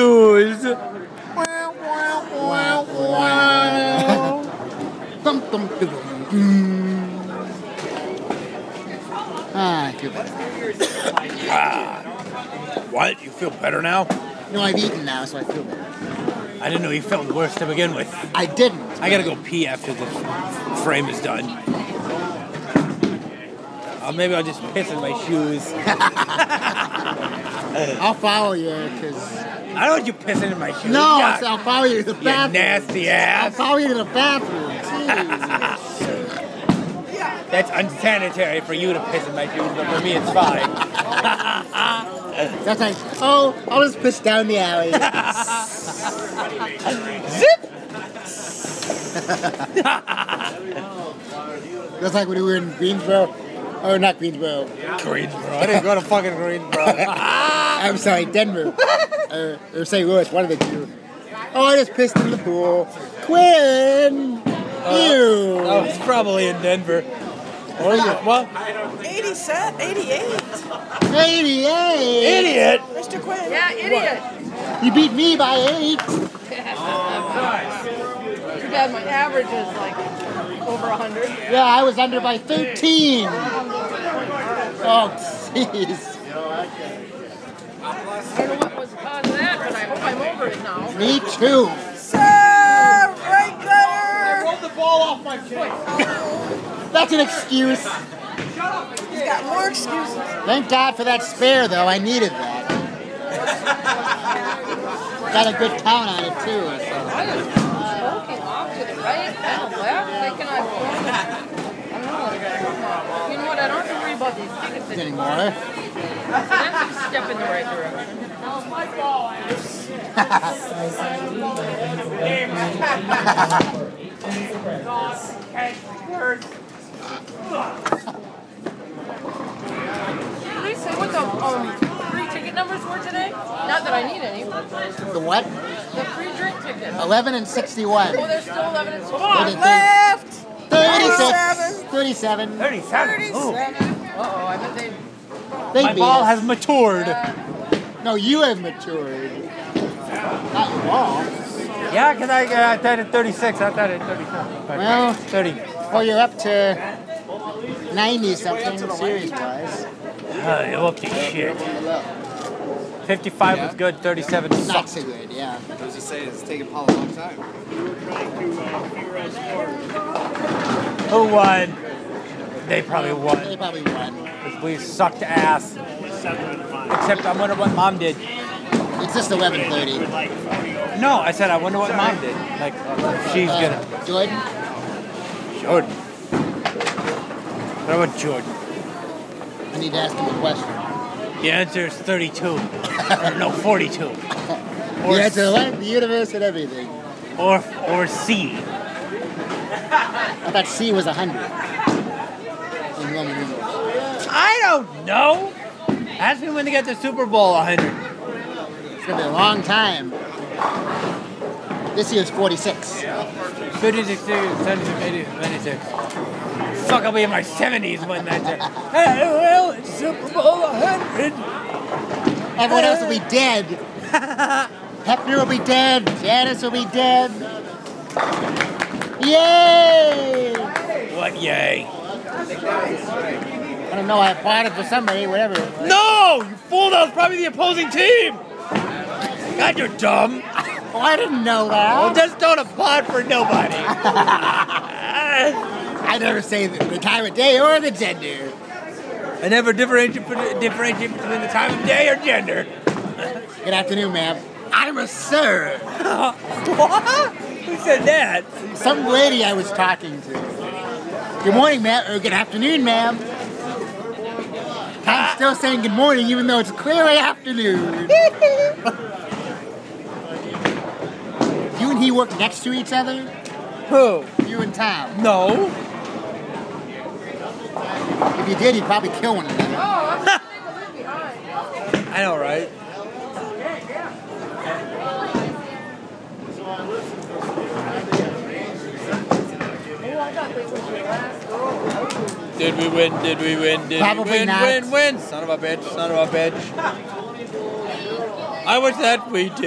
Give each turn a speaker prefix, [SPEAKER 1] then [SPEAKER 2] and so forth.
[SPEAKER 1] news.
[SPEAKER 2] Dum, dum, dum, dum. Mm. Ah, I feel better.
[SPEAKER 1] What? You feel better now?
[SPEAKER 2] No, I've eaten now, so I feel better.
[SPEAKER 1] I didn't know you felt worse to begin with.
[SPEAKER 2] I didn't.
[SPEAKER 1] I gotta go pee after this frame is done. Uh, maybe I'll just piss in my shoes.
[SPEAKER 2] I'll follow you because
[SPEAKER 1] I don't want you pissing in my shoes.
[SPEAKER 2] no,
[SPEAKER 1] Yuck.
[SPEAKER 2] I said I'll follow you to the
[SPEAKER 1] you
[SPEAKER 2] bathroom.
[SPEAKER 1] nasty
[SPEAKER 2] I'll
[SPEAKER 1] ass.
[SPEAKER 2] follow you to the bathroom. Jeez.
[SPEAKER 1] That's unsanitary for you to piss in my shoes, but for me it's fine.
[SPEAKER 2] That's like, oh, I'll just piss down the alley.
[SPEAKER 1] Zip!
[SPEAKER 2] That's like when we were in Greensboro, or not Greensboro.
[SPEAKER 1] Greensboro.
[SPEAKER 3] I didn't go to fucking Greensboro.
[SPEAKER 2] I'm sorry, Denver, or, or St. Louis, one of the two. Oh, I just pissed in the pool. Quinn, you.
[SPEAKER 1] Oh, it's probably in Denver. Or is it? Well,
[SPEAKER 4] 87, 88.
[SPEAKER 2] 88.
[SPEAKER 1] idiot!
[SPEAKER 4] Mr. Quinn.
[SPEAKER 5] Yeah, idiot.
[SPEAKER 2] You beat me by eight.
[SPEAKER 5] Too bad my average is like over 100.
[SPEAKER 2] Yeah, I was under by 13. Oh, jeez.
[SPEAKER 5] I don't know what was the cause of that, but I hope I'm over it now.
[SPEAKER 2] Me too.
[SPEAKER 4] Sir, right there.
[SPEAKER 2] That's an excuse.
[SPEAKER 4] He's got more excuses.
[SPEAKER 2] Thank God for that spare, though. I needed that. Got a good count on it, too. so.
[SPEAKER 5] I am Uh, smoking off to the right Oh, and the left, thinking I'm going. I don't know. You know what? I don't have to worry about these tickets anymore.
[SPEAKER 2] Anymore.
[SPEAKER 5] That's a step in the right direction. Did we say what the um, free ticket numbers were today? Not that I need any. The
[SPEAKER 2] The what?
[SPEAKER 5] free drink ticket.
[SPEAKER 2] 11 and 61.
[SPEAKER 5] Oh, there's still 11 and 12.
[SPEAKER 2] What
[SPEAKER 5] Uh
[SPEAKER 2] is it?
[SPEAKER 4] Left.
[SPEAKER 2] 36. 37.
[SPEAKER 1] 37. Ooh,
[SPEAKER 4] 37.
[SPEAKER 5] oh, I bet they.
[SPEAKER 2] They
[SPEAKER 1] my
[SPEAKER 2] beat
[SPEAKER 1] ball
[SPEAKER 2] us.
[SPEAKER 1] has matured.
[SPEAKER 2] No, you have matured. Not your ball.
[SPEAKER 3] yeah, because I, uh, I thought at 36. I thought at 37. But
[SPEAKER 2] Well,
[SPEAKER 3] 30.
[SPEAKER 2] well, you're up to 90 something series wise.
[SPEAKER 1] Uh, you look to shit. 55 was good, 37
[SPEAKER 2] Not
[SPEAKER 1] sucks.
[SPEAKER 2] so good, yeah.
[SPEAKER 6] I was just saying, it's taking Paul a long time.
[SPEAKER 1] Who won? They probably
[SPEAKER 2] They
[SPEAKER 1] won.
[SPEAKER 2] probably won.
[SPEAKER 1] 'cause We sucked ass. Except I wonder what mom did.
[SPEAKER 2] It's just 11:30.
[SPEAKER 1] No, I said I wonder what mom did. Like, she's gonna.
[SPEAKER 2] Uh, Jordan,
[SPEAKER 1] Jordan. What about Jordan?
[SPEAKER 2] I need to ask him a question.
[SPEAKER 1] The answer is 32. or no, 42. Or,
[SPEAKER 2] The answer to life, the universe, and everything.
[SPEAKER 1] or, or C.
[SPEAKER 2] I thought C was 100. In Roman numerals.
[SPEAKER 1] I don't know. Ask me when they get the Super Bowl 100.
[SPEAKER 2] It's gonna be a long time. This year's 46.
[SPEAKER 1] 56, 76, 80, 96. Fuck, I'll be in my 70s when that's it. Hey, well, it's Super Bowl 100.
[SPEAKER 2] Everyone else will be dead. Hefner will be dead. Janice will be dead. Yay! I
[SPEAKER 1] What, yay?
[SPEAKER 2] don't know. I applauded for somebody. Whatever. it was.
[SPEAKER 1] No! You fool, that was probably the opposing team! God, you're dumb.
[SPEAKER 2] Oh, I didn't know
[SPEAKER 1] Well,
[SPEAKER 2] that.
[SPEAKER 1] just don't applaud for nobody.
[SPEAKER 2] I never say the, the time of day or the gender.
[SPEAKER 1] I never differentiate, differentiate between the time of day or gender.
[SPEAKER 2] Good afternoon, ma'am. I'm a sir.
[SPEAKER 1] what? Who said that?
[SPEAKER 2] Some lady I was talking to. Good morning, ma'am. Or good afternoon, ma'am. I'm still saying good morning, even though it's clearly afternoon. you and he work next to each other.
[SPEAKER 1] Who?
[SPEAKER 2] You and Tom.
[SPEAKER 1] No.
[SPEAKER 2] If you did, you'd probably kill one
[SPEAKER 5] Oh,
[SPEAKER 2] another.
[SPEAKER 5] I'm gonna leave behind.
[SPEAKER 1] I know, right?
[SPEAKER 5] Oh, I thought they were the last girl.
[SPEAKER 3] Did we win? Did we win? Did
[SPEAKER 2] Probably
[SPEAKER 3] we win?
[SPEAKER 2] not.
[SPEAKER 3] Win, win. Son of a bitch. Son of a bitch. I wish that we did.